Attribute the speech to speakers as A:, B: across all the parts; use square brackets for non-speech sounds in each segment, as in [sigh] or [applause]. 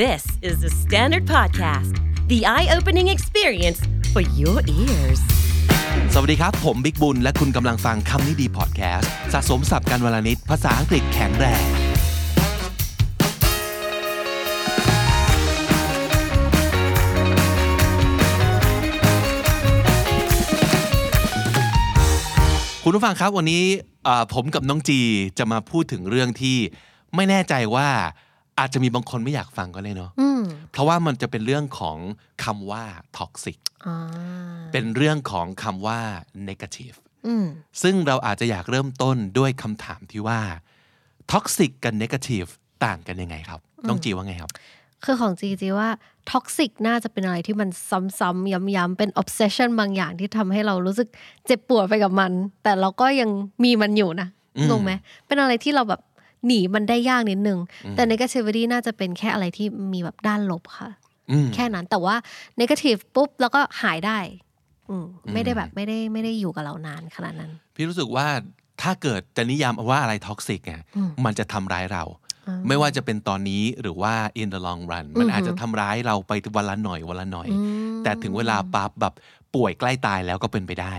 A: This is the Standard Podcast, the eye opening experience for your ears.
B: สวัสดีครับ ผมบิ๊กบุญ และคุณกำลังฟังคำนี้ดีพอดแคสต์สะสมสับการวลานิดภาษาอังกฤษแข็งแรง คุณผู้ฟังครับวันนี้เอ่อผมกับน้องจีจะมาพูดถึงเรื่องที่ไม่แน่ใจว่าอาจจะมีบางคนไม่อยากฟังก็ได้เนาะเพราะว่ามันจะเป็นเรื่องของคำว่าท็อกซิก เป็นเรื่องของคำว่า negative ซึ่งเราอาจจะอยากเริ่มต้นด้วยคำถามที่ว่า toxic กับ negative ต่างกันยังไงครับ ต้องจีว่าไงครับ
C: คือของจีจีว่าท็อกซิกน่าจะเป็นอะไรที่มันซ้ำๆย้ำๆเป็น obsession บางอย่างที่ทำให้เรารู้สึกเจ็บปวดไปกับมัน แต่เราก็ยังมีมันอยู่นะงงไหมเป็นอะไรที่เราแบบหนีมันได้ยากนิดนึง แต่ negativity น่าจะเป็นแค่อะไรที่มีแบบด้านลบค่ะ
B: อืม
C: แค่นั้นแต่ว่า negative ปุ๊บ แล้วก็หายได้อืมไม่ได้แบบไม่ได้ไม่ได้อยู่กับเรานานขนาดนั้น
B: พี่รู้สึกว่าถ้าเกิดจะนิยามว่าอะไร toxic เนี่ยมันจะทำร้ายเรา ไม่ว่าจะเป็นตอนนี้หรือว่า in the long run มันอาจจะทำร้ายเราไปวันละหน่อยวันละหน่อย แต่ถึงเวลาปั๊บแบบป่วยใกล้ตายแล้วก็เป็นไปได้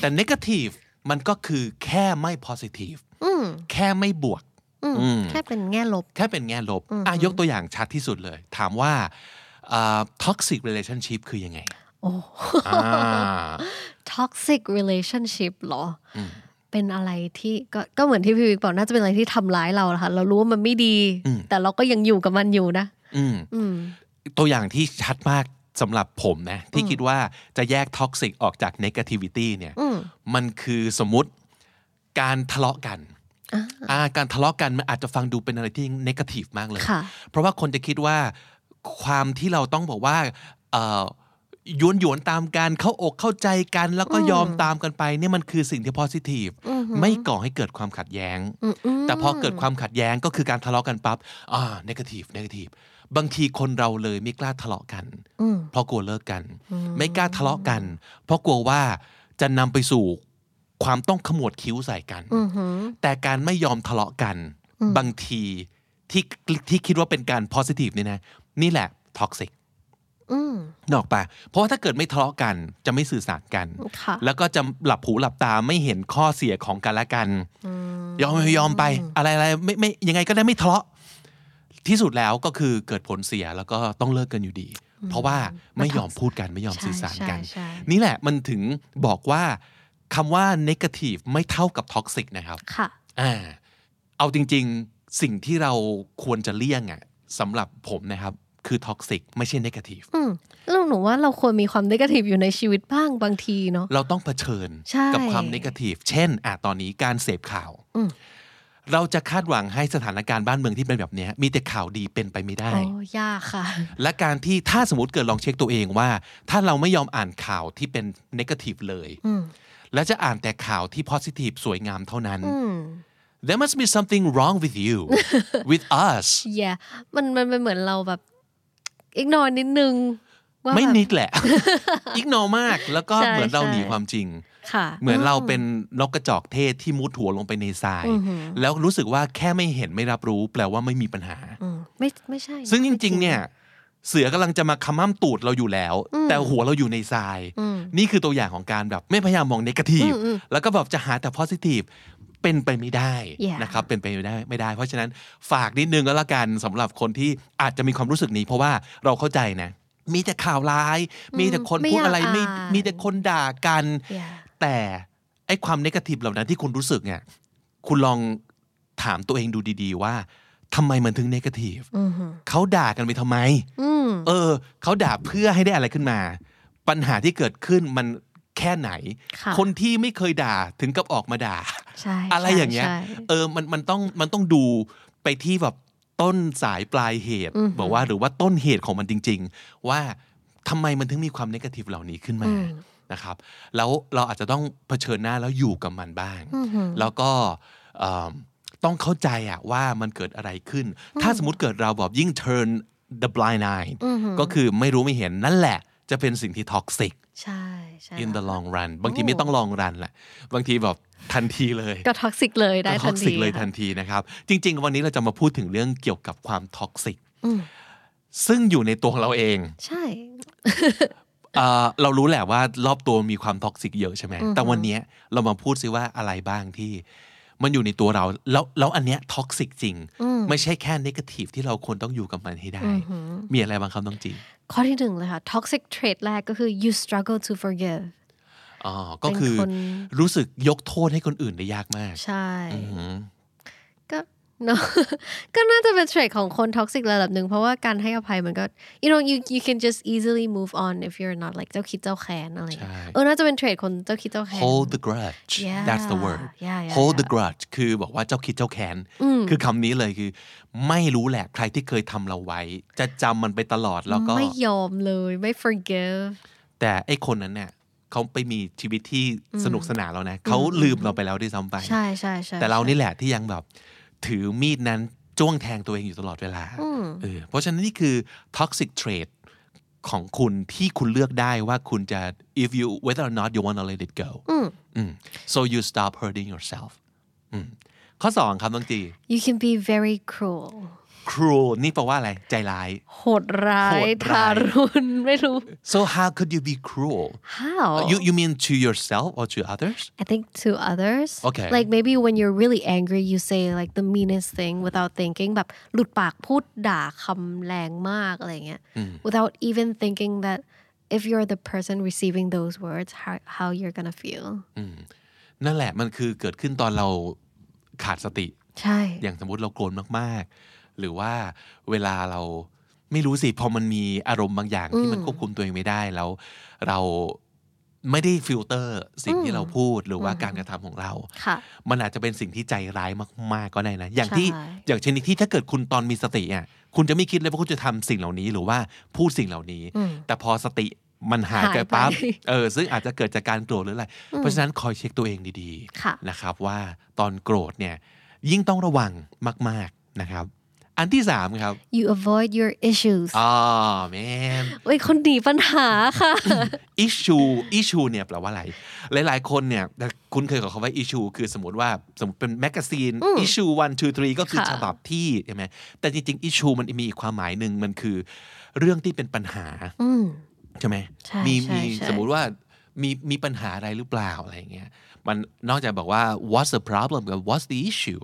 B: แต่ negative มันก็คือแค่ไม่ positive
C: อืม
B: แค่ไม่บวก
C: อืม
B: อืม
C: แค่เป็นแง่ลบ
B: แค่เป็นแง่ลบอ่ะยกตัวอย่างชัดที่สุดเลย ถามว่าอ่า toxic relationship คือยังไง
C: โอ้
B: อ่า
C: [laughs] toxic relationship เหรออเป็นอะไรที่ก็ก็เหมือนที่พี่วิกบอกน่าจะเป็นอะไรที่ทำร้ายเราละค่ะเรารู้ว่ามันไม่ดี แต่เราก็ยังอยู่กับมันอยู่นะ
B: อืม
C: อืม
B: ตัวอย่างที่ชัดมากสำหรับผมนะ ที่คิดว่าจะแยก toxic ออกจาก negativity เนี่ยมันคือสมมติการทะเลาะกันอ่าการทะเลาะกันมันอาจจะฟังดูเป็นอะไรที่ negative มากเลย
C: ค่ะ
B: เพราะว่าคนจะคิดว่าความที่เราต้องบอกว่าเอ่อย้วนหยวนๆตามกันเข้าอกเข้าใจกัน แล้วก็ยอมตามกันไปเนี่ยมันคือสิ่งที่ positive ไม่ก่อให้เกิดความขัดแย้ง แต่พอเกิดความขัดแย้งก็คือการทะเลาะกันปั๊บอ่า negative negative บางทีคนเราเลยไม่กล้าทะเลาะกัน เพราะกลัวเลิกกัน ไม่กล้าทะเลาะกัน เพราะกลัวว่าจะนำไปสู่ความต้องขมวดคิ้วใส่กัน แต่การไม่ยอมทะเลาะกัน บางทีที่ที่คิดว่าเป็นการ positive เนี่ยนะ นี่แหละ toxic
C: อืม
B: นกออกปะเพราะว่าถ้าเกิดไม่ทะเลาะกันจะไม่สื่อสารกัน
C: ค่ะ
B: แล้วก็จะหลับหูหลับตาไม่เห็นข้อเสียของกันและกัน ยอมยอมไป อะไรอะไรไม่ไม่ยังไงก็ได้ไม่ทะเลาะ ที่สุดแล้วก็คือเกิดผลเสียแล้วก็ต้องเลิกกันอยู่ดี เพราะว่าไม่ยอมพูดกันไม่ยอม
C: ใช่
B: สื่อสารกัน
C: ใช่ใช่
B: นี่แหละมันถึงบอกว่าคำว่า negative ไม่เท่ากับ toxic นะครับ
C: ค่ะ
B: อ่าเอาจริงๆสิ่งที่เราควรจะเลี่ยงอ่ะสำหรับผมนะครับ คือท็อกซิกไม่ใช่นกาทีฟ
C: อืมแล้วหนูว่าเราควรมีความ negative อยู่ในชีวิตบ้างบางทีเนาะ
B: เราต้องเผชิญ
C: ใช่
B: กัความนกาทีฟเช่นอ่ะตอนนี้การเสพข่าว เราจะคาดหวังให้สถานการณ์บ้านเมืองที่เป็นแบบเนี้ยมีแต่ข่าวดีเป็นไปไม่ได้
C: โอ้ยากค่ะ
B: และการที่ถ้าสมมติเกิดลองเช็คตัวเองว่า ถ้าเราไม่ยอมอ่านข่าวที่เป็นนกาทีฟเลย และจะอ่านแต่ข่าวที่ positive สวยงามเท่านั้น there must be something wrong with you
C: [laughs]
B: with us
C: yeah มันมันมันเหมือนเราแบบ อีกนอนนิดนึงว่า
B: ไม่
C: แบบ
B: นิดแห
C: [laughs]
B: ละ อิกนอมาก แล้วก็
C: ใช่
B: เหมือนเรา
C: ใช่
B: หนีความจริง
C: ค่ะ
B: เหมือนเราเป็นนกกระจอกเทศที่มุดหัวลงไปในทราย แล้วรู้สึกว่าแค่ไม่เห็นไม่รับรู้ แปลว่าไม่มีปัญหา
C: อืมไม่ไม่ใช่นะ
B: ซึ่งจริง ๆ เนี่ย เสือกำลังจะมาคำม่ำตูดเราอยู่แล้ว แต่หัวเราอยู่ในทราย นี่คือตัวอย่างของการแบบไม่พยายามมองเนกาทีฟแล้วก็แบบจะหาแต่ positive เป็นไปไม่ได้
C: Yeah
B: นะครับ เป็นไปไม่ได้ไม่ได้ เพราะฉะนั้นฝากนิดนึงก็แล้วกันสำหรับคนที่อาจจะมีความรู้สึกนี้ เพราะว่าเราเข้าใจนะ มีแต่ข่าวร้าย มีแต่คน
C: ไม่
B: พูด
C: อยาก
B: อะไรไม่
C: อ่าน
B: มีแต่คนด่ากัน
C: Yeah
B: แต่ไอ้ความเนกาทีฟเหล่านั้นที่คุณรู้สึกเนี่ยคุณลองถามตัวเองดูดีๆ ว่าทำไมมันถึงเนกาทีฟเขาด่ากันไปทำไม
C: อืม
B: เออ เขาด่าเพื่อให้ได้อะไรขึ้นมา ปัญหาที่เกิดขึ้นมันแค่ไหน
C: ค่ะ
B: นที่ไม่เคยด่าถึงกับออกมาด่า
C: ใช่
B: อะไร
C: ใช่
B: อย่างเงี้ย
C: ใช่
B: เออ มัน มันต้อง มันต้องดูไปที่แบบต้นสายปลายเหตุ บอกว่า หรือว่าต้นเหตุของมันจริง ๆ ว่าทำไมมันถึงมีความนกาทีฟเหล่านี้ขึ้นมา นะครับ แล้วเราอาจจะต้องเผชิญหน้าแล้วอยู่กับมันบ้าง แล้วก็เอ่อต้องเข้าใจอะว่ามันเกิดอะไรขึ้น ถ้าสมมติเกิดเราแบบยิ่ง turn the blind eye ก็คือไม่รู้ไม่เห็นนั่นแหละ จะเป็นสิ่งที่ท็อกซิก
C: ใช่ใช่
B: in the long run บางทีไม่ต้อง long run แหละ บางทีแบบทันทีเลย
C: ก็ท็อกซิกเลยได้
B: ท็
C: ทั
B: อก
C: น
B: ซิ
C: ที
B: กเลยทันทีนะครับ จริง ๆ วันนี้เราจะมาพูดถึงเรื่องเกี่ยวกับความท็อกซิก ซึ่งอยู่ในตัวของเราเอง
C: ใช่
B: เอ่อเรารู้แหละว่ารอบตัวมีความท็อกซิกเยอะใช่ไหมแต่วันเนี้ยเรามาพูดซิว่าอะไรบ้างที่ มันอยู่ในตัวเรา แล้วแล้วอันเนี้ยท็อกซิกจริง ไม่ใช่แค่นกาทีฟที่เราควรต้องอยู่กับมันให้ได้ มีอะไรบ้างครับน้องจี
C: ข้อที่หนึ่งเลยค่ะ toxic trait แรกก็คือ you struggle to forgive
B: อ๋อก็คือ
C: เป็นคน
B: รู้สึกยกโทษให้คนอื่นได้ยากมาก
C: ใช่ ก็เนอะ [laughs] ก็น่าจะเป็นเทรดของคนท็อกซิกระดับหนึ่งเพราะว่าการให้อภัยมันก็ you know you you can just easily move on if you're not like เจ้าคิดเจ้าแค้นอะไรอย่างเงี้ย
B: ใช่
C: เออน่าจะเป็นเทรดคนเจ้าคิดเจ้าแค้น
B: hold the grudge
C: Yeah.
B: that's the word
C: Yeah, yeah,
B: hold the
C: yeah.
B: grudge คือบอกว่าเจ้าคิดเจ้าแค้น คือคำนี้เลยคือ ไม่รู้แหละใครที่เคยทำเราไว้ จะจำมันไปตลอดแล้วก็
C: ไม่ยอมเลยไม่ forgive
B: แต่ไอ้คนนั้นเนี่ยเขาไปมีชีวิตที่สนุกสนานแล้วนะเขาลืมเราไปแล้วด้วยซ้ำไป
C: ใช่ใช่ใช่
B: แต่เรานี่แหละที่ยังแบบ ถือมีดนั้นจ้วงแทงตัวเองอยู่ตลอดเวลาเออเพราะฉะนั้นนี่คือ toxic trait ของคุณที่คุณเลือกได้ว่าคุณจะ if you whether or not you want to let it go อืม so you stop hurting yourself อืมข้อสองครับน้องจี
C: you can be very cruel
B: cruel นี่แปลว่าอะไรใจร้าย
C: โหดร้าย
B: โหด
C: ทา
B: ร้าย
C: รุณไม่รู้
B: so how could you be cruel
C: how
B: you you mean to yourself or to others
C: I think to others.
B: Okay.
C: Like maybe when you're really angry, you say like the meanest thing without thinking แบบหลุดปากพูดด่าคำแรงมากอะไรเงี้ย
B: Hmm.
C: without even thinking that if you're the person receiving those words how how you're gonna feel
B: Hmm. นั่นแหละมันคือเกิดขึ้นตอนเราขาดสติ
C: ใช่
B: อย่างสมมติเราโกรธมากๆ หรือว่าเวลาเราไม่รู้สิ พอมันมีอารมณ์บางอย่างที่มันควบคุมตัวเองไม่ได้แล้ว เราไม่ได้ฟิลเตอร์สิ่งที่เราพูดหรือว่าการกระทำของเรา
C: ค่ะ
B: มันอาจจะเป็นสิ่งที่ใจร้ายมาก ๆ ก็ได้นะ อย่างที่
C: ใช่
B: อย่างชนิดที่ถ้าเกิดคุณตอนมีสติอ่ะคุณจะไม่คิดเลยว่าคุณจะทำสิ่งเหล่านี้หรือว่าพูดสิ่งเหล่านี้ แต่พอสติมันหายไปปั๊บเออซึ่งอาจจะเกิดจากการโกรธหรืออะไรเพราะฉะนั้นคอยเช็คตัวเองดี
C: ค่ะ
B: ๆนะครับว่าตอนโกรธเนี่ยยิ่งต้องระวังมาก ๆนะครับ อันที่สามครับ
C: you avoid your issues
B: อ๋อแมน
C: เว้ยคนหนีปัญหาค่ะ
B: อิชูอิชูเนี่ยแปลว่าอะไร หลาย ๆ คนเนี่ยคุณเคยกับคำว่าอิชูคือสมมติว่าสมมติเป็นแมกกาซีนอิชูวันทูทรีก็คือ
C: ค่ะ
B: ฉบับที่ใช่ไหมแต่จริง ๆ อิชูมันมีอีกความหมายหนึ่งมันคือ เรื่องที่เป็นปัญหา
C: อืม
B: ใช่ไหม
C: ใช่
B: มี
C: ใช่
B: มี
C: ใช่
B: สมมุติว่ามีมีปัญหาอะไรหรือเปล่าอะไรอย่างเงี้ยมันนอกจากบอกว่า what's the problem กับ what's the issue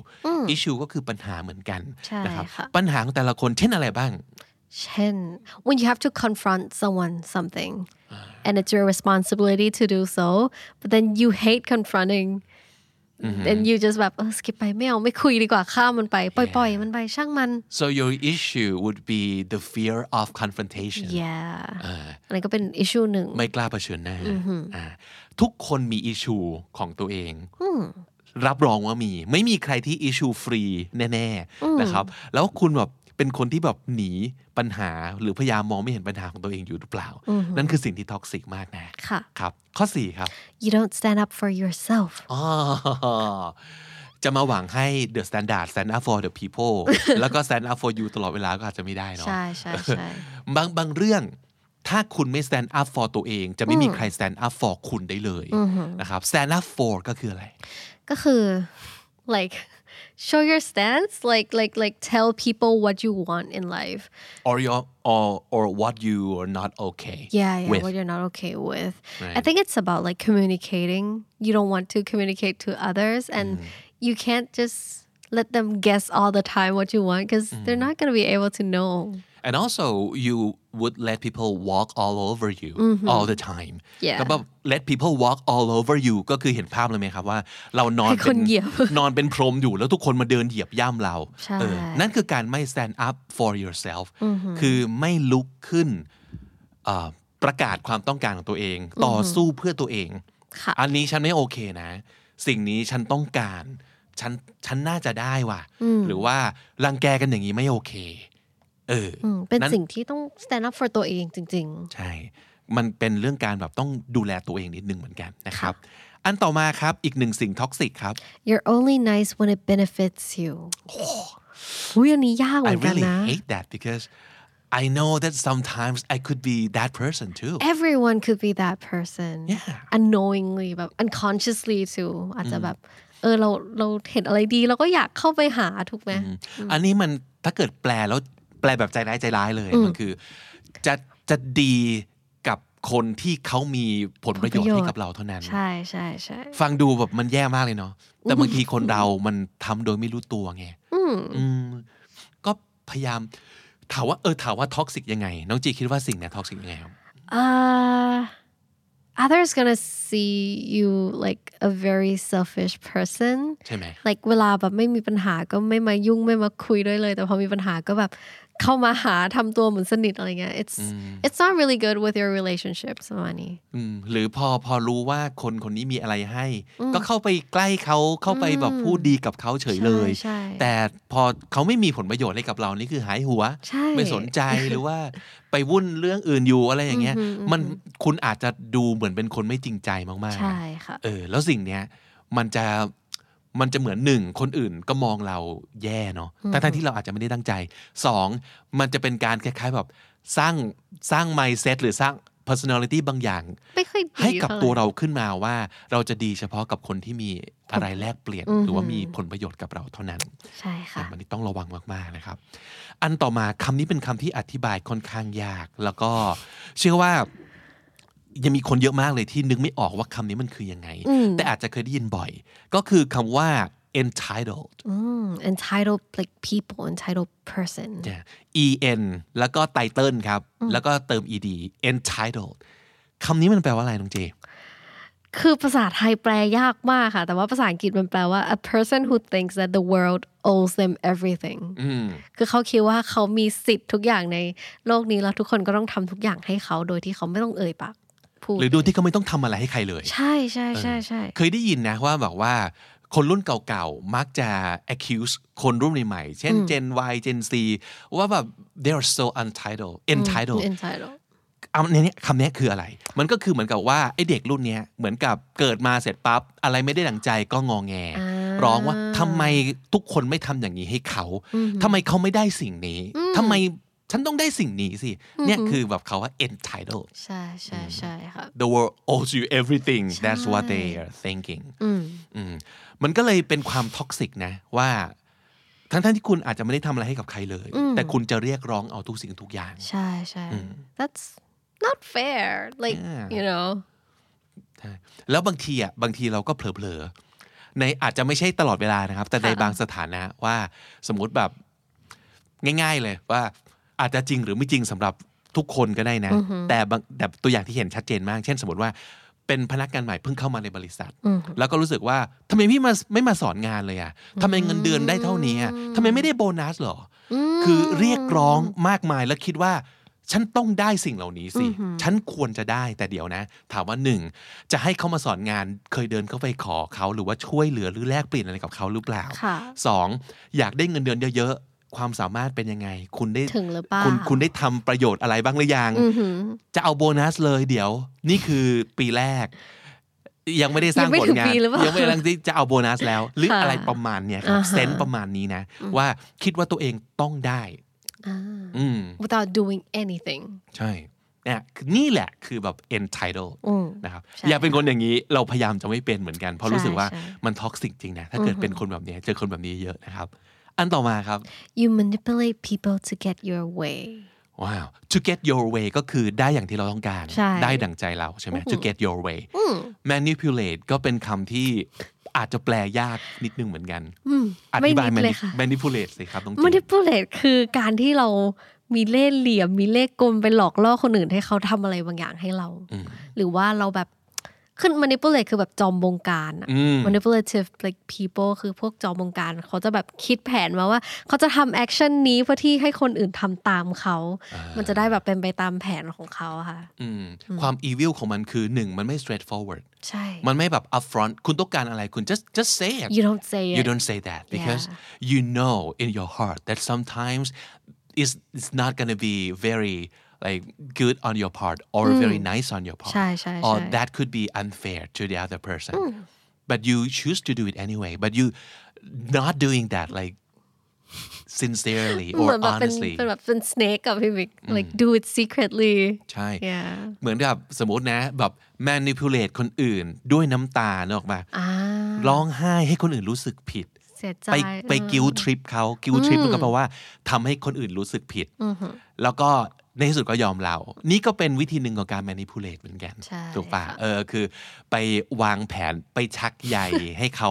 B: issue ก็คือปัญหาเหมือนกัน
C: ใช่
B: นะครับ
C: ค่ะ
B: ปัญหาของแต่ละคนเช่นอะไรบ้าง
C: เช่น when you have to confront someone something and it's your responsibility to do so but then you hate confronting and you just แบบเออ skip ไปไม่เอาไม่คุยดีกว่าข้ามมันไป ปล่อยๆ มันไปช่างมัน
B: so your issue would be the fear of confrontation
C: yeah อันนี้นก็เป็น issue หนึ่ง
B: ไม่กล้าเผชิญหน้าอ่าทุกคนมีอิชูของตัวเอง รับรองว่ามี ไม่มีใครที่อิชูฟรีแน่ๆนะครับ แล้วคุณแบบเป็นคนที่แบบหนีปัญหาหรือพยายามมองไม่เห็นปัญหาของตัวเองอยู่หรือเปล่า นั่นคือสิ่งที่ท็อกซิกมากนะ
C: ค่ะ
B: ครับ ข้อ 4 ครับ
C: you don't stand up for yourself
B: อ๋อจะมาหวังให้ the standard stand up for the [laughs] people แล้วก็ stand up for you ตลอดเวลาก็อาจจะไม่ได้เนาะ
C: ใช่ใช่ใช่
B: บางบางเรื่องถ้าคุณไม่ stand up for ตัวเอง จะไม่มีใคร stand up for คุณได้เลยนะครับ stand up for ก็คืออะไร
C: ก็คือ like [laughs] show your stance like like like tell people what you want in life
B: or your or or what you are not okay
C: yeah, yeah
B: with
C: what you're not okay with i
B: Right.
C: think it's about like communicating you don't want to communicate to others and
B: Mm-hmm.
C: you can't just let them guess all the time what you want because they're not
B: Mm-hmm.
C: going to be able to know
B: and also you would let people walk all over you all the time
C: Yeah.
B: แล้วแบบ let people walk all over you ก็คือเห็นภาพเลยไหมครับว่า เรานอน
C: ให้คน
B: ป็
C: เหยียบ
B: [laughs] นอนเป็นพรมอยู่แล้วทุกคนมาเดินเหยียบย่ำเรา
C: ใช่
B: เออนั่นคือการไม่ stand up for yourself คือไม่ลุกขึ้น อ่าประกาศความต้องการของตัวเอง ต่อสู้เพื่อตัวเอง
C: ค่ะ
B: อันนี้ฉันไม่โอเคนะ สิ่งนี้ฉันต้องการ ฉันฉันน่าจะได้ว่ะ หรือว่ารังแกกันอย่างนี้ไม่โอเค เอออ
C: อืม Mm, เป็น
B: นั้น
C: สิ่งที่ต้อง stand up for ตัวเองจริง
B: ใช่ มันเป็นเรื่องการแบบต้องดูแลตัวเองนิดนึงเหมือนกันนะครับ อันต่อมาครับ อีกหนึ่งสิ่งท็อกซิกครับ
C: ๆ you're only nice when it benefits you
B: [gasps]
C: อุ้ยอันนี้ยากเหมื
B: I
C: อนกัน
B: really
C: นะ
B: hate that because I know that sometimes I could be that person too
C: everyone could be that person
B: Yeah.
C: unknowingly แบบ unconsciously too อาจจะแบบเออเราเราเห็นอะไรดีเราก็อยากเข้าไปหาถูกไหม
B: อันนี้มันถ้าเกิดแปลแล้ว แปลแบบใจร้ายใจร้ายเลยมันคือ จะจะดีกับคนที่เขามีผลประโยชน์ให้กับเราเท่านั้น
C: ใช่ใช่ใช่
B: ฟังดูแบบมันแย่มากเลยเนาะแต่บางทีคนเรามันทำโดยไม่รู้ตัวไง
C: อืม
B: อืมก็พยายามถามว่าเออถามว่าท็อกซิกยังไง น้องจีคิดว่าสิ่งเนี้ยท็อกซิกยังไงครับ
C: uh others gonna see you like a very selfish person
B: ใช่ไหม
C: like เวลาแบบไม่มีปัญหาก็ไม่มายุ่งไม่มาคุยด้วยเลย แต่พอมีปัญหาก็แบบเข้ามาหาทำตัวเหมือนสนิทอะไรเงี้ย it's
B: Mm.
C: it's not really good with your relationships ประมาณนี้
B: อืมหรือพอพอรู้ว่าคนคนนี้มีอะไรให้ ก็เข้าไปใกล้เขาเข้าไปแบบพูดดีกับเขาเฉยเลย
C: ใช่ใช่
B: แต่พอเขาไม่มีผลประโยชน์อะไรกับเรานี่คือหายหัว
C: ใช่
B: ไม่สนใจ [laughs] หรือว่าไปวุ่นเรื่องอื่นอยู่อะไรอย่างเงี้ย มันคุณอาจจะดูเหมือนเป็นคนไม่จริงใจมากๆ
C: ใช่
B: นะ
C: ค่ะ
B: เออแล้วสิ่งเนี้ยมันจะมันจะเหมือนหนึ่งคนอื่นก็มองเราแย่เนาะทั้งทั้งๆที่เราอาจจะไม่ได้ตั้งใจสองมันจะเป็นการคล้ายๆแบบสร้างสร้าง mindset หรือสร้าง personality บางอย่าง
C: ไม่ค่อยดี
B: ให้กับ
C: ท่าไ
B: ตัวเราขึ้นมาว่า เราจะดีเฉพาะกับคนที่มีอะไรแลกเปลี่ยน หรือว่ามีผลประโยชน์กับเราเท่านั้น
C: ใช่ค่ะ
B: อันนี้ต้องระวังมาก ๆ นะครับ อันต่อมาคำนี้เป็นคำที่อธิบายค่อนข้างยาก แล้วก็เชื่อว่า ยังมีคนเยอะมากเลยที่นึกไม่ออกว่าคำนี้มันคือยังไง แต่อาจจะเคยได้ยินบ่อย ก็คือคำว่า entitled
C: อืม entitled like people entitled person
B: เนี่ย en แล้วก็ title ครับ แล้วก็เติม ed entitled คำนี้มันแปลว่าอะไรน้องเจ
C: คือภาษาไทยแปลยากมากค่ะ แต่ว่าภาษาอังกฤษมันแปลว่า a person who thinks that the world owes them everything คือเขาคิดว่าเขามีสิทธิ์ทุกอย่างในโลกนี้แล้วทุกคนก็ต้องทำทุกอย่างให้เขาโดยที่เขาไม่ต้องเอ่ยปากพูด
B: หรือดูที่เขาไม่ต้องทำอะไรให้ใครเลย
C: ใช่ใช่ใช่ใช่
B: เคยได้ยินนะว่าแบบว่า คนรุ่นเก่าๆ มักจะ accuse คนรุ่นใหม่ๆ เช่น Gen Y Gen Z ว่าแบบ they are so untitled
C: อืม
B: entitled
C: entitled
B: เอาเนี้ยคำเนี้ยคืออะไร มันก็คือเหมือนกับว่า ไอเด็กรุ่นเนี้ยเหมือนกับเกิดมาเสร็จปั๊บ อะไรไม่ได้ดังใจก็งองแง
C: อ่า
B: ร้องว่าทำไมทุกคนไม่ทำอย่างนี้ให้เขาทำไมเขาไม่ได้สิ่งนี้ทำไมฉันต้องได้สิ่งนี้สิเนี่ยคือแบบเขาว่า entitled
C: ใช่ใช่ใช่ค่ะ
B: the world owes you everything that's what they are thinking
C: อืม
B: อืมมันก็เลยเป็นความท็อกซิกนะว่า ทั้งๆที่คุณอาจจะไม่ได้ทำอะไรให้กับใครเลย แต่คุณจะเรียกร้องเอาทุกสิ่งทุกอย่าง
C: ใช่ใช่ that's not fair like
B: Yeah.
C: you know
B: ใช่แล้วบางทีอ่ะบางทีเราก็เผลอๆในอาจจะไม่ใช่ตลอดเวลานะครับ แต่ในบางสถานะว่าสมมุติแบบง่าย ๆเลยว่าอาจจะจริงหรือไม่จริงสำหรับทุกคนก็ได้นะ แต่บางแต่ตัวอย่างที่เห็นชัดเจนมาก เช่น สมมติว่าเป็นพนักงานใหม่เพิ่งเข้ามาในบริษัท แล้วก็รู้สึกว่าทำไมพี่มาไม่มาสอนงานเลยอ่ะทำไมเงินเดือนได้เท่านี้อะทำไมไม่ได้โบนัสเหรออคือเรียกร้องมากมายแล้วคิดว่า ฉันต้องได้สิ่งเหล่านี้สิ ฉันควรจะได้แต่เดี๋ยวนะ ถามว่าหนึ่งจะให้เขามาสอนงานเคยเดินเข้าไปขอเขาหรือว่าช่วยเหลือหรือแลกเปลี่ยนอะไรกับเขาหรือเปล่า
C: ค่ะ
B: สองอยากได้เงินเดือนเยอะๆ ความสามารถเป็นยังไง คุณได้
C: ถึงหรือเปล่า
B: คุณคุณได้ทำประโยชน์อะไรบ้างหรือยัง จะเอาโบนัสเลยเดี๋ยว นี่คือปีแรก ยังไม่ได้สร้าง
C: ยังไม่
B: ผล
C: ถึง
B: งาน
C: ปีหรือเปล่ายั
B: ยัง [laughs] ไม่กำลังที่จะเอาโบนัสแล้ว หรือ
C: ค่ะ
B: อะไรประมาณเนี้ยครับ
C: อ่าฮะ
B: เซนส์ประมาณนี้นะ ว่าคิดว่าตัวเองต้องได้
C: อ่า
B: อืม
C: without doing anything
B: ใช่เนี่ยคือนี่แหละคือแบบ entitled
C: อืม
B: นะครับ
C: ใช่
B: อย่าเป็นคนอย่างนี้ เราพยายามจะไม่เป็นเหมือนกัน เพราะรู้สึกว่า
C: ใช่
B: มันท็อกซิกจริงนะ ถ้าเกิดเป็นคนแบบเนี้ยเจอคนแบบนี้เยอะนะครับ อันต่อมาครับ
C: you manipulate people to get your way
B: ว้าว to get your way ก็คือได้อย่างที่เราต้องการ
C: ใช่
B: ได้ดั่งใจเราใช่ไหม to get your way manipulate ก็เป็นคำที่อาจจะแปลยากนิดนึงเหมือนกัน อธิบาย
C: ไม่นิดเลยค่ะ
B: manipulate สิครับต้องจี
C: manipulate คือการที่เรามีเล่ห์เหลี่ยม มีเล่ห์กลไปหลอกล่อคนอื่นให้เขาทำอะไรบางอย่างให้เรา หรือว่าเราแบบคือ manipulate คือแบบจอมบงการอะ
B: อืม
C: manipulative like people คือพวกจอมบงการ เขาจะแบบคิดแผนมาว่า เขาจะทำแอคชั่นนี้เพื่อที่ให้คนอื่นทำตามเขา มันจะได้แบบเป็นไปตามแผนของเขาอะค่ะ
B: อืมความ evil ของมันคือหนึ่งมันไม่ straightforward
C: ใช่
B: มันไม่แบบ upfront คุณต้องการอะไรคุณ just just say it
C: you don't say
B: you
C: it
B: don't say that because you know in your heart that sometimes it's, it's not going to be very like good on your part or very nice on your part
C: ใช่ใช่ใช่
B: or that could be unfair to the other person but you choose to do it anyway but you not doing that like
C: [laughs]
B: sincerely
C: เห
B: or
C: มือนแบบเป็น
B: honestly
C: เป็นแบบเป็น snake กับพี่บิ๊ก like do it secretly
B: ใช่
C: yeah
B: เหมือนแบบสมมตินะแบบ manipulate คนอื่นด้วยน้ำตาเนกออกมา
C: อ่า
B: ร้องไห้ให้คนอื่นรู้สึกผิด
C: เสียใจ
B: ไปไป
C: เออ
B: กิลทริปเขากิลทริปก็แปลว่าทำให้คนอื่นรู้สึกผิด
C: อือหือ
B: แล้วก็ในที่สุดก็ยอมเรา นี่ก็เป็นวิธีหนึ่งของการ manipulate เหมือนกัน
C: ใช่
B: ถูกปะ
C: ค่ะ
B: เออ คือไปวางแผนไปชักใย ให้เขา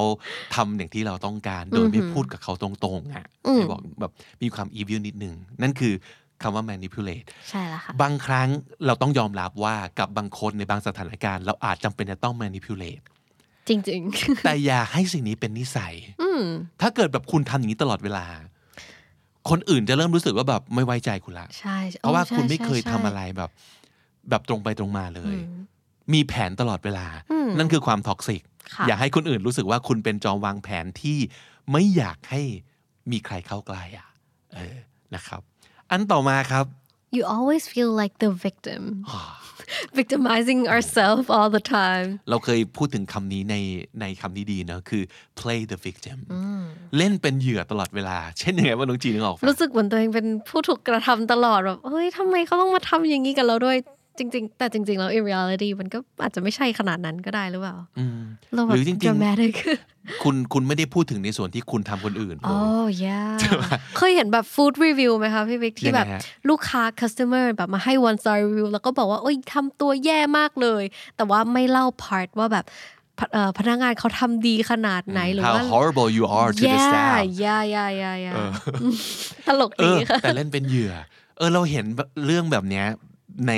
B: ทำอย่างที่เราต้องการ โดยไม่พูดกับเขาตรงๆอ่ะไม่บอกแบบมีความ evil นิดนึง นั่นคือคำว่า manipulate
C: ใช่แล้วค่ะ
B: บางครั้งเราต้องยอมรับว่ากับบางคนในบางสถานการณ์ เราอาจจำเป็นจะต้อง manipulate
C: จริง ๆ
B: แต่อย่าให้สิ่งนี้เป็นนิสัย
C: อืม
B: ถ้าเกิดแบบคุณทำอย่างนี้ตลอดเวลา คนอื่นจะเริ่มรู้สึกว่าแบบไม่ไว้ใจคุณละ
C: ใช่
B: เพราะว่า
C: โอ้ใช่
B: คุณไม่เคย
C: ใช่
B: ทำอะไรแบบ แบบตรงไปตรงมาเลย
C: อืม
B: มีแผนตลอดเวลา
C: อืม
B: นั่นคือความท็อกซิก
C: ค่ะ
B: อย่าให้คนอื่นรู้สึกว่าคุณเป็นจอมวางแผนที่ไม่อยากให้มีใครเข้าใกล้อ่ะ เออนะครับ อันต่อมาครับ
C: you always feel like the
B: [sighs]
C: victim victimizing ourselves all the time
B: เราเคยพูดถึงคำนี้ในในคำนี้ดีเนอะคือ play the victim เล่นเป็นเหยื่อตลอดเวลา เช่นยังไงว่าน้องจีนึกออกปะ
C: รู้สึกเหมือนตัวเองเป็นผู้ถูกกระทำตลอดแบบเฮ้ยทำไมเขาต้องมาทำอย่างนี้กับเราด้วยจริง ๆ แต่จริง ๆ แล้ว in reality มันก็อาจจะไม่ใช่ขนาดนั้นก็ได้หรือเปล่าเราแบบ
B: หรือจริงๆ
C: dramatic
B: คุณคุณไม่ได้พูดถึงในส่วนที่คุณทำคนอื่นเล
C: โอ้
B: ย
C: ยเคยเห็นแบบ food review ไหมคะพี่วิกที่แบบ
B: ยังไงฮะ
C: ลูกค้า customer แบบมาให้ one star review แล้วก็บอกว่าโอ้ยทำตัวแย่มากเลย แต่ว่าไม่เล่า part ว่าแบบพเอ่อพนักงานเขาทำดีขนาดไหนหรือ
B: How
C: ว่า
B: horrible you are to the
C: แย่
B: staff
C: แย่แย่แย่แย่ตลก
B: เอ
C: ดี
B: อ
C: [laughs] ค่ะ
B: แต่เล่นเป็นเหยื่อ เออเราเห็นแบบเรื่องแบบเนี้ยใน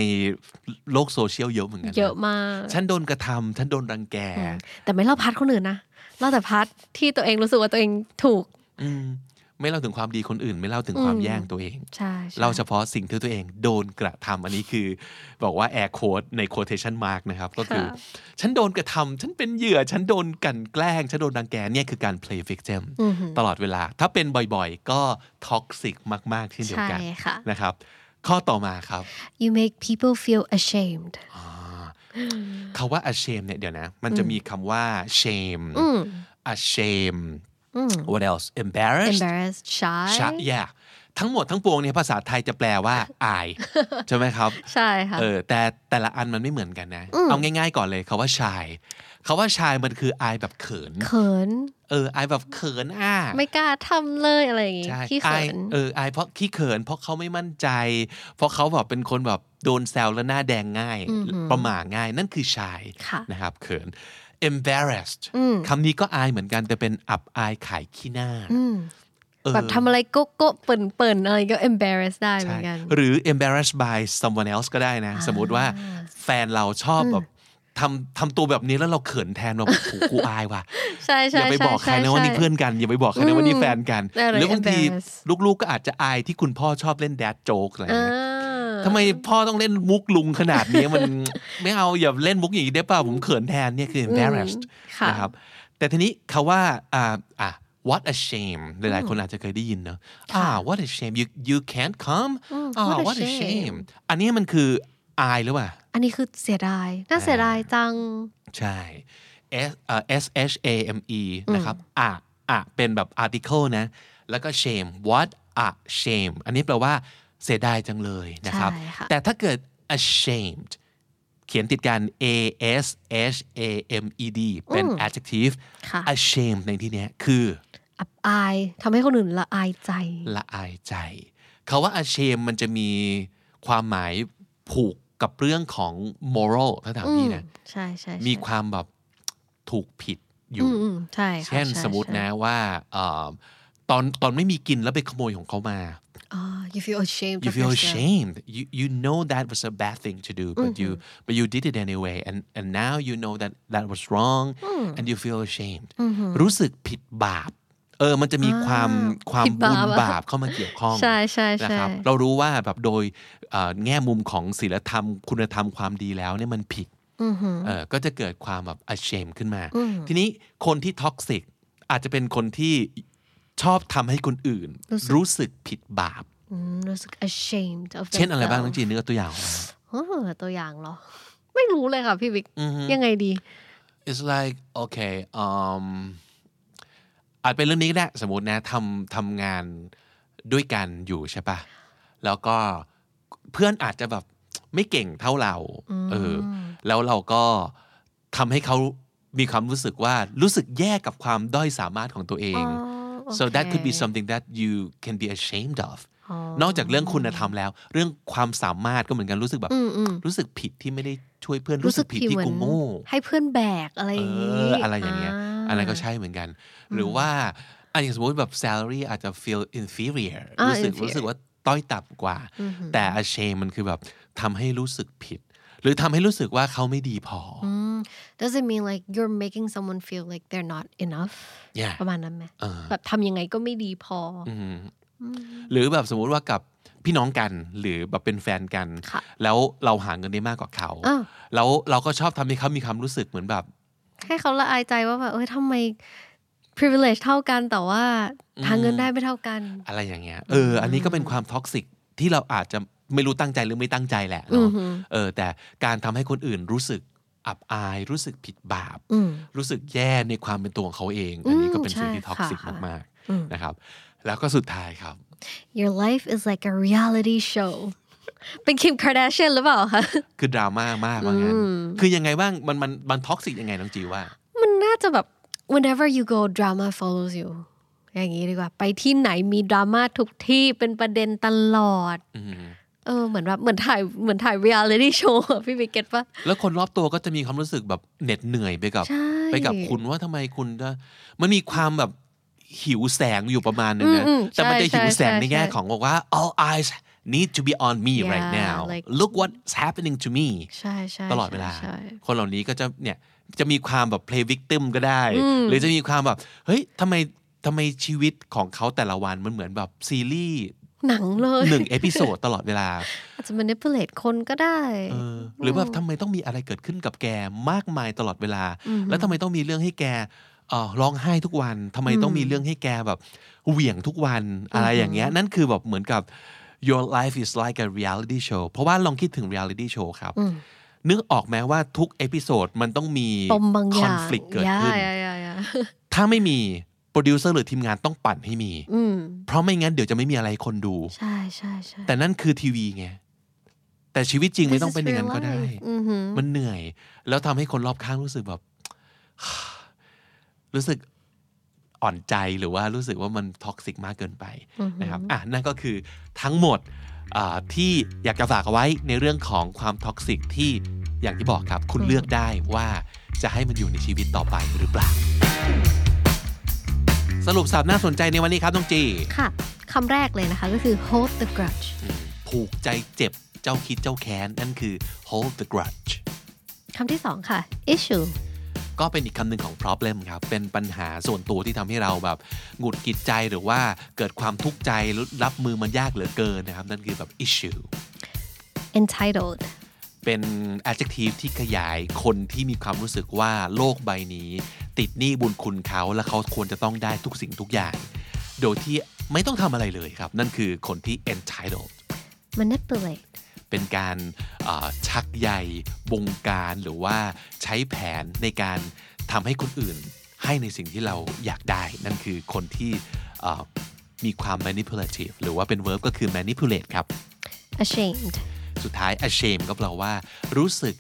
B: โลกโซเชียลเยอะเหมือนกันน
C: เยอะมาก
B: ฉันโดนกระทำฉันโดนรังแก
C: แต่ไม่เล่าพาร์ทคนอื่นนะเล่าแต่พาร์ทที่ตัวเองรู้สึกว่าตัวเองถูก
B: อืมไม่เล่าถึงความดีคนอื่น ไม่เล่าถึงความแย่งตัวเอง
C: ใช่ใช่
B: เล่าเฉพาะสิ่งที่ตัวเองโดนกระทำอันนี้คือ บอกว่า air quote ใน quotation mark นะครับ ก็คือ
C: ค่ะ
B: ฉันโดนกระทำฉันเป็นเหยื่อ ฉันโดนกลันแกล้ง ฉันโดนดังแกเนี่ยคือการ play victim ตลอดเวลา ถ้าเป็นบ่อยๆ ก็ toxic มาก ๆ ที่เดียว
C: ใช่
B: กัน
C: ค่ะ
B: นะครับ ข้อต่อมาครับ
C: you make people feel ashamed
B: คำว่า ashamed เนี่ยเดี๋ยวนะ มันจะมีคำว่า shame ashamed what else embarrassed
C: embarrassed shy
B: ชะ yeah ทั้งหมดทั้งปวงเนี่ยภาษาไทยจะแปล
C: [laughs]
B: ว่า อาย ใช่ไหมครับ
C: ใช่ค่ะ
B: เออแต่แต่ละอันมันไม่เหมือนกันนะ เอาง่ายๆก่อนเลยคาว่าชายคาว่าชายมันคืออายแบบเขิน
C: เขิน
B: เอออายแบบเขินอ่ะ
C: ไม่กล้าทำเลยอะไรอย่างงี้
B: ใช่
C: ขี้
B: อา
C: เขิ
B: ย
C: น
B: เอออายเพราะขี้เขิน เพราะเขาไม่มั่นใจ เพราะเขาแบบเป็นคนแบบโดนแซวแล้วหน้าแดงง่าย ประหม่าง่ายนั่นคือชาย
C: ค่ะ
B: นะครับเขิน embarrassed คำนี้ก็อายเหมือนกันแต่เป็นอับอายขายขี้หน้าเออ
C: แบบทำอะไรโก๊ะโก๊ะเปิ่นเปิ่นอะไรก็ embarrassed ได้เหมือนกัน
B: ใช่หรือ embarrassed by someone else ก็ได้นะ สมมติว่าแฟนเราชอบแบบทำทำตัวแบบนี้แล้วเราเขินแทนเราแบบโอ้โหกูอายว่ะ
C: ใช่
B: อ
C: ใช่
B: ย่าไปบอกใคร
C: ช่
B: นะว่านี่
C: ช่
B: เพื่อนกันอย่าไปบอกใครนะว่านี่แฟนกัน
C: ได้เลย
B: หรือบางที
C: embarrass
B: ลูกๆก็อาจจะอายที่คุณพ่อชอบเล่นแดดโจ๊กอะไร
C: เอ
B: เงี้ย
C: อ
B: ทำไมพ่อต้องเล่นมุกลุงขนาดนี้
C: [laughs]
B: มันไม่เอาอย่าเล่นมุกอย่างนี้ได้เปล่าผมเขินแทนเนี่ยคือ embarrassed
C: ค่ะ
B: นะครับแต่ทีนี้คาว่าอ่าอ่ะ what a shame หลายๆคนอาจจะเคยได้ยินเนอะอ่า what a shame you you can't come อ่า
C: what a
B: what a shame
C: shame
B: อันนี้มันคืออายหรือเปล่า
C: อันนี้คือเสียดาย น่าเสียดายจัง
B: ใช่ S เอ่อ S H A M E นะครับ อ่ะ อ่ะ เป็นแบบ article นะ แล้วก็ shame what a shame อันนี้แปลว่าเสียดายจังเลยนะครับ
C: ใช่ค่ะ
B: แต่ถ้าเกิด ashamed เขียนติดกัน A S H A M E D เป็น adjective
C: ค่ะ
B: ashamed ในที่เนี้ยคือ
C: อับอายทำให้คนอื่นละอายใจ
B: ละอายใจ คาว่า ashamed มันจะมีความหมายผูกกับเรื่องของ moral ถ้าถามพี่นะ
C: ใช่ใช่
B: มี
C: ใช่
B: ความแบบถูกผิดอยู่
C: อืมอืมใช่ค่ะ
B: เช่น
C: ใช่
B: สมมติ
C: ใช่
B: นะว่าเอ่อตอนตอนไม่มีกินแล้วไปขโมยของเขามา
C: อ่า you feel ashamed
B: you
C: of
B: feel
C: yourself
B: ashamed you you know that was a bad thing to do but you but you did it anyway and and now you know that that was wrong and you feel ashamed รู้สึกผิดบาปเออมันจะมีความความ
C: ผิด
B: บุ
C: บาป
B: ญ
C: อะ
B: บาปเข้ามาเกี่ยวข้อง
C: ใช่ใช่ใช่
B: นะครับเรารู้ว่าแบบโดยเอ่อแง่มุมของศีลธรรม คุณธรรมความดีแล้วเนี่ยมันผิด เออก็จะเกิดความแบบ ashamed ขึ้นมา ทีนี้คนที่ท็อกซิกอาจจะเป็นคนที่ชอบทำให้คนอื่น รู้สึกผิดบาป
C: อืมรู้สึก ashamed of
B: เช่นอะไรบ้างน้อง
C: themselves
B: จีนเนื้อตัวอย่างมา
C: เออตัวอย่างเหรอ ไม่รู้เลยค่ะพี่บิ๊กยังไงดี
B: it's like okay um อาจเป็นเรื่องนี้ก็ได้สมมตินะทำทำงานด้วยกันอยู่ใช่ปะแล้วก็เพื่อนอาจจะแบบไม่เก่งเท่าเราเออแล้วเราก็ทำให้เขามีความรู้สึกว่ารู้สึกแย่กับความด้อยสามารถของตัวเอง
C: อ๋อ
B: so that could be
C: โอเค
B: something that you can be ashamed of
C: อ๋อน
B: อกจากเรื่องคุณธรรมแล้ว เรื่องความสามารถก็เหมือนกันรู้สึกแบบ
C: อืมอืม
B: รู้สึกผิดที่ไม่ได้ช่วยเพื่อนรู้สึกผิดที่
C: เหมือน
B: กูโง่
C: ให้เพื่อนแบกอะไรอย่าง
B: เอ
C: นี้
B: ออะไรอย่างเงี้ย
C: า
B: อันนั้นก็ใช่เหมือนกัน หรือว่าอันอย่างสมมติแบบ salary อาจจะ feel inferior
C: อ่า
B: รู้สึก
C: inferior
B: รู้สึกว่าต้อยต่ำกว่า แต่ ashamed มันคือแบบทำให้รู้สึกผิด หรือทำให้รู้สึกว่าเขาไม่ดีพออ
C: Mm. Does it mean like you're making someone feel like they're not enough
B: Yeah.
C: ประมาณนั้นไหม
B: เออ
C: แบบทำยังไงก็ไม่ดีพออ
B: อืมหรือแบบสมมุติว่ากับพี่น้องกันหรือแบบเป็นแฟนกัน
C: ค่ะ
B: แล้วเราหาเงินได้มากกว่าเขา
C: อ้าว
B: แล้วเราก็ชอบทำให้เขามีความรู้สึกเหมือนแบบ
C: ให้เขาละอายใจว่าแบบเอ้ยทำไม privilege เท่ากันแต่ว่าหาเงินได้ไม่เท่ากัน
B: อะไรอย่างเงี้ย เออ อันนี้ก็เป็นความท็อกซิกที่เราอาจจะไม่รู้ตั้งใจหรือไม่ตั้งใจแหละเนาะ เออ แต่การทำให้คนอื่นรู้สึกอับอาย รู้สึกผิดบาป
C: อืม
B: รู้สึกแย่ในความเป็นตัวของเขาเอง อันนี้ก็เป็น
C: อืม
B: สิ่งที่
C: ใช่
B: ท็อกซิก
C: ค่ะ
B: มากๆนะครับ แล้วก็สุดท้ายครับ
C: Your life is like a reality show เป็น Kim Kardashian หรือเปล่าคะ
B: คือดราม่ามากว่างั้น คือยังไงบ้าง มันมันมันท็อกซิกยังไงน้องจีว่า
C: มันน่าจะแบบ whenever you go drama follows you อย่างนี้ดีกว่า ไปที่ไหนมีดราม่าทุกที่เป็นประเด็นตลอด
B: อืม
C: เออเหมือนแบบเหมือนถ่ายเหมือนถ่าย reality show อะพี่วิกเก็ตปะ
B: แล้วคนรอบตัวก็จะมีความรู้สึกแบบเหน็ดเหนื่อยไปกับ
C: ใช่
B: ไปกับคุณว่าทำไมคุณจะมันมีความแบบหิวแสงอยู่ประมาณนึงนะ
C: อืมอืม
B: แต่มันจะ
C: ใช่
B: หิวแสง
C: ใช่
B: ในแง่
C: ใช่
B: ของบอกว่า all eyes need to be on me
C: Yeah,
B: right now
C: like-
B: look what's happening to me
C: ใช่ใช่
B: ตลอดเวลา
C: ใช่ใช่
B: คนเหล่านี้ก็จะเนี่ยจะมีความแบบ play victim ก็ได้ หรือจะมีความแบบ เฮ้ยทำไมทำไมชีวิตของเขาแต่ละวันมันเหมือนแบบซีรีส์
C: หนังเลย
B: หนึ่งเอพิโซดตลอดเวลา
C: อาจจะ manipulate คนก็ได้
B: เออหรือแบบทำไมต้องมีอะไรเกิดขึ้นกับแกมากมายตลอดเวลา แล้วทำไมต้องมีเรื่องให้แกเอ่อร้องไห้ทุกวันทำไมต้องมีเรื่องให้แกแบบเหวี่ยงทุกวันอะไรอย่างเงี้ยนั่นคือแบบเหมือนกับ your life is like a reality show เพราะว่าลองคิดถึง reality show ครับ นึกออกไหมว่าทุกเอพิโซดมันต้องมี
C: ปมบางอย่าง
B: conflict เกิดขึ้น
C: ยายายา
B: ถ้าไม่มีโปรดิวเซอร์หรือทีมงานต้องปั่นให้มี
C: อืม
B: เพราะไม่งั้นเดี๋ยวจะไม่มีอะไรให้คนดู
C: ใช่ใช่ใช่
B: แต่นั่นคือทีวีไงแต่ชีวิตจริง
C: This
B: ไม่ต้องเป็นอย่างนั้นก็ได้
C: is real life อือหือ
B: มันเหนื่อย แล้วทำให้คนรอบข้างรู้สึกแบบ [sighs] รู้สึกอ่อนใจหรือว่ารู้สึกว่ามันท็อกซิกมากเกินไปนะครับอ่ะนั่นก็คือทั้งหมดอ่าที่อยากจะฝากเอาไว้ในเรื่องของความท็อกซิกที่อย่างที่บอกครับ คุณเลือกได้ว่าจะให้มันอยู่ในชีวิตต่อไปหรือเปล่า สรุปสับน่าสนใจในวันนี้ครับน้องจี
C: ค่ะคำแรกเลยนะคะก็คือ hold the grudge
B: ผูกใจเจ็บเจ้าคิดเจ้าแค้น นั่นคือ hold the grudge
C: คำที่สองค่ะ issue
B: ก็เป็นอีกคำหนึ่งของ problem ครับ เป็นปัญหาส่วนตัวที่ทำให้เราแบบหงุดหงิดใจหรือว่าเกิดความทุกข์ใจรับมือมันยากเหลือเกินนะครับ นั่นคือแบบ issue
C: entitled
B: เป็น adjective ที่ขยายคนที่มีความรู้สึกว่าโลกใบนี้ ติดหนี้บุญคุณเขาและเขาควรจะต้องได้ทุกสิ่งทุกอย่าง โดยที่ไม่ต้องทำอะไรเลยครับ นั่นคือคนที่ entitled
C: manipulate
B: เป็นการเอ่อชักใยบงการหรือว่าใช้แผนในการทำให้คนอื่นให้ในสิ่งที่เราอยากได้ นั่นคือคนที่เอ่อมีความ manipulative หรือว่าเป็น verb ก็คือ manipulate ครับ
C: ashamed
B: สุดท้าย ashamed ก็แปลว่า รู้สึก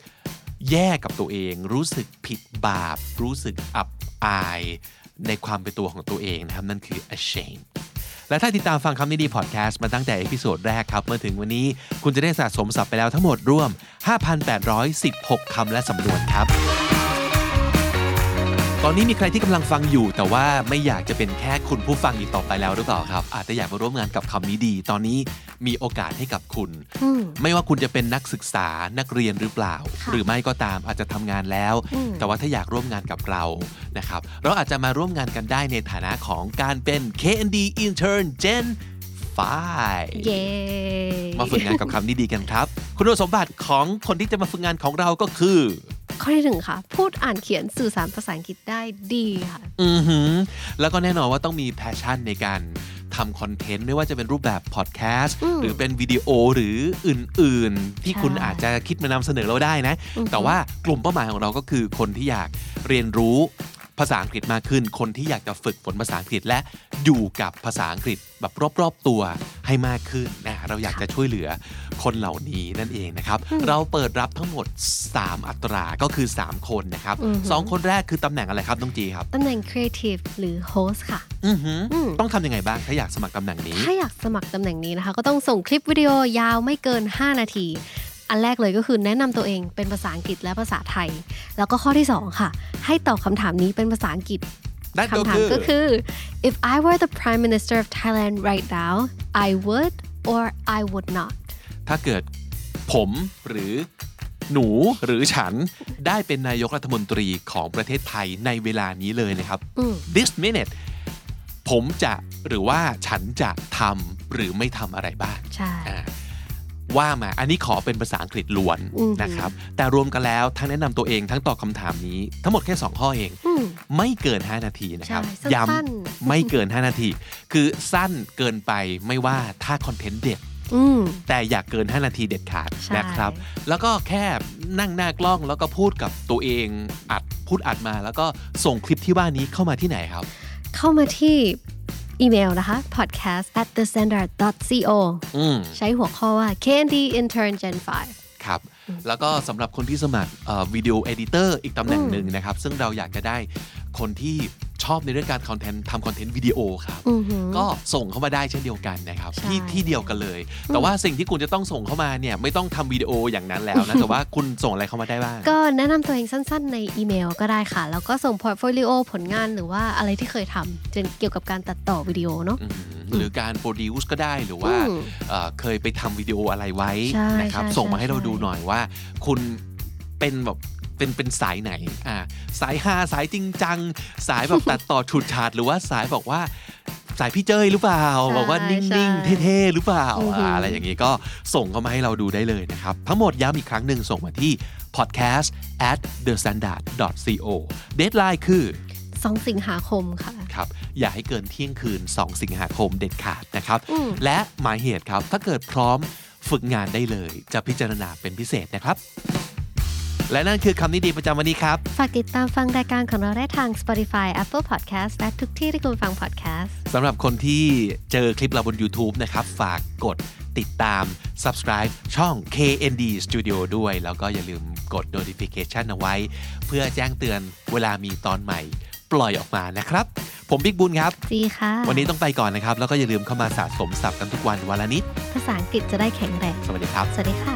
B: แย่กับตัวเอง รู้สึกผิดบาป รู้สึกอับอาย ในความเป็นตัวของตัวเองนะครับ นั่นคือ ashamed และถ้าติดตามฟังคำนี้ดีพอดแคสต์มาตั้งแต่เอพิโซดแรกครับ เมื่อถึงวันนี้คุณจะได้สะสมศัพท์ไปแล้วทั้งหมดรวม 5,816 คำและสำนวนครับ ตอนนี้มีใครที่กำลังฟังอยู่ แต่ว่าไม่อยากจะเป็นแค่คุณผู้ฟังอีกต่อไปแล้วหรือเปล่าครับ อาจจะอยากมาร่วมงานกับคำนี้ดี ตอนนี้มีโอกาสให้กับคุณ ไม่ว่าคุณจะเป็นนักศึกษานักเรียนหรือเปล่า หรือไม่ก็ตามอาจจะทำงานแล้ว แต่ว่าถ้าอยากร่วมงานกับเรานะครับเราอาจจะมาร่วมงานกันได้ในฐานะของการเป็น KND Intern Gen 5
C: เย้
B: มาฝึกงานกับคำนี้ดีกันครับ คุณสมบัติของคนที่จะมาฝึกงานของเราก็คือ
C: ข้อที่หนึ่งค่ะ พูดอ่านเขียนสื่อสารภาษาอังกฤษได้ดีค่ะ
B: อือหือแล้วก็แน่นอนว่าต้องมีแพชชั่นในการทำคอนเทนต์ ไม่ว่าจะเป็นรูปแบบพอดแคสต์
C: อืม
B: หรือเป็นวิดีโอหรืออื่นๆ ที่
C: ใช่
B: คุณอาจจะคิดมานำเสนอเราได้นะ
C: อือหือ
B: แต่ว่ากลุ่มเป้าหมายของเราก็คือคนที่อยากเรียนรู้ ภาษาอังกฤษมากขึ้น คนที่อยากจะฝึกฝนภาษาอังกฤษและอยู่กับภาษาอังกฤษแบบรอบๆตัวให้มากขึ้นนะเราอยากจะช่วยเหลือคนเหล่านี้นั่นเองนะครับ เราเปิดรับทั้งหมด 3 อัตราก็คือ 3 คนนะครับ
C: อือหือ
B: สองคนแรกคือตำแหน่งอะไรครับน้องจีครับ
C: ตำแหน่ง Creative หรือ Host ค่ะ
B: อือหืออ
C: ม
B: ต้องทำยังไงบ้างถ้าอยากสมัครตำแหน่งนี้
C: ถ้าอยากสมัครตำแหน่งนี้นะคะ ก็ต้องส่งคลิปวิดีโอยาวไม่เกิน 5 นาที อันแรกเลยก็คือแนะนำตัวเองเป็นภาษาอังกฤษและภาษาไทย แล้วก็ข้อที่ 2 ค่ะ ให้ตอบคำถามนี้เป็นภาษาอังกฤษ
B: นั่นก็
C: คำถาม
B: คือ
C: ก็คือ if I were the prime minister of Thailand right now I would or I would not
B: ถ้าเกิดผมหรือหนูหรือฉันได้เป็นนายกรัฐมนตรีของประเทศไทยในเวลานี้เลยนะครับ
C: อืม
B: this minute ผมจะหรือว่าฉันจะทำหรือไม่ทำอะไรบ้าง
C: ใช่
B: อ่าว่ามาอันนี้ขอเป็นภาษาอังกฤษล้วน
C: อือหือ
B: นะครับ แต่รวมกันแล้วทั้งแนะนำตัวเองทั้งตอบคำถามนี้ ทั้งหมดแค่ 2 ข้อเอง
C: อืม
B: ไม่เกิน 5 นาทีนะครับ
C: ใช่สั้นๆ
B: ย้ำไม่เกิน 5 นาที คือสั้นเกินไปไม่ว่าถ้าคอนเทนต์เด็ด
C: อืม
B: แต่อย่าเกิน 5 นาทีเด็ดขาด
C: ใช่
B: นะครับ แล้วก็แค่นั่งหน้ากล้องแล้วก็พูดกับตัวเองอัดพูดอัดมา แล้วก็ส่งคลิปที่ว่านี้เข้ามาที่ไหนครับ
C: เข้ามาที่อีเมลนะคะ podcast at the standard co
B: อืม
C: ใช้หัวข้อว่า Candy Intern Gen 5
B: ครับ แล้วก็สำหรับคนที่สมัครวิดีโอเอดิเตอร์อีกตำแหน่งหนึ่งนะครับ ซึ่งเราอยากจะได้คนที่ชอบในเรื่องการคอนเทนต์ทำคอนเทนต์วิดีโอครับ
C: อือหือ
B: ก็ส่งเข้ามาได้เช่นเดียวกันนะครับ
C: ใช่
B: ที่ที่เดียวกันเลย แต่ว่าสิ่งที่คุณจะต้องส่งเข้ามาเนี่ยไม่ต้องทำวิดีโออย่างนั้นแล้วนะ แต่
C: [laughs]
B: ว่าคุณส่งอะไรเข้ามาได้บ้าง
C: ก็แนะนำตัวเองสั้นๆ ในอีเมลก็ได้ค่ะ แล้วก็ส่งพอร์ตโฟลิโอผลงานหรือว่าอะไรที่เคยทำเกี่ยวเกี่ยวกับการตัดต่อวิดีโอเนาะ
B: อืมหรือการโปรดิวซ์ก็ได้หรือว่า
C: อืม
B: เอ่อเคยไปทำวิดีโออะไรไว้
C: ใช่
B: นะครับ
C: ใช่
B: ส่งมาให้
C: ใช่
B: เราดูหน่อยว่า คุณเป็นแบบเป็นเป็นสายไหนอ่าสายฮาสายจริงจัง สายแบบ
C: [laughs]
B: ตัดต่อฉุดฉาดหรือว่าสายบอกว่าสายพี่เจ้ยหรือเปล่า
C: ใช่
B: บอกว่านิ่
C: ใช่
B: งๆเท่ๆหรือเปล่า
C: อือหือ
B: า
C: อ่
B: อะไรอย่างนี้ก็ส่งเข้ามาให้เราดูได้เลยนะครับ ทั้งหมดย้ำอีกครั้งหนึ่งส่งมาที่ podcast at the standard co deadline คือ
C: สองสิงหาคมค่ะ
B: ครับอย่าให้เกินเที่ยงคืน 2 สิงหาคมเด็ดขาดนะครับ
C: อืม
B: และหมายเหตุครับ ถ้าเกิดพร้อมฝึกงานได้เลย จะพิจารณาเป็นพิเศษนะครับ และนั่นคือคำนิดีประจำวันนี้ครับ
C: ฝากติดตามฟังรายการของเราได้ทาง Spotify Apple Podcast และทุกที่ที่คุณฟัง podcast
B: สำหรับคนที่เจอคลิปเราบน YouTube นะครับ ฝากกดติดตาม subscribe ช่อง KND Studio ด้วย แล้วก็อย่าลืมกด notification เอาไว้ เพื่อแจ้งเตือนเวลามีตอนใหม่ ปล่อยออกมานะครับ ผมบิ๊กบุญครับ
C: จีค่ะ
B: วันนี้ต้องไปก่อนนะครับ แล้วก็อย่าลืมเข้ามาสะสมศัพท์กันทุกวันวันละนิด
C: ภาษาอังกฤษจะได้แข็งแรง
B: สวัสดีครับ
C: สวัสดีค่ะ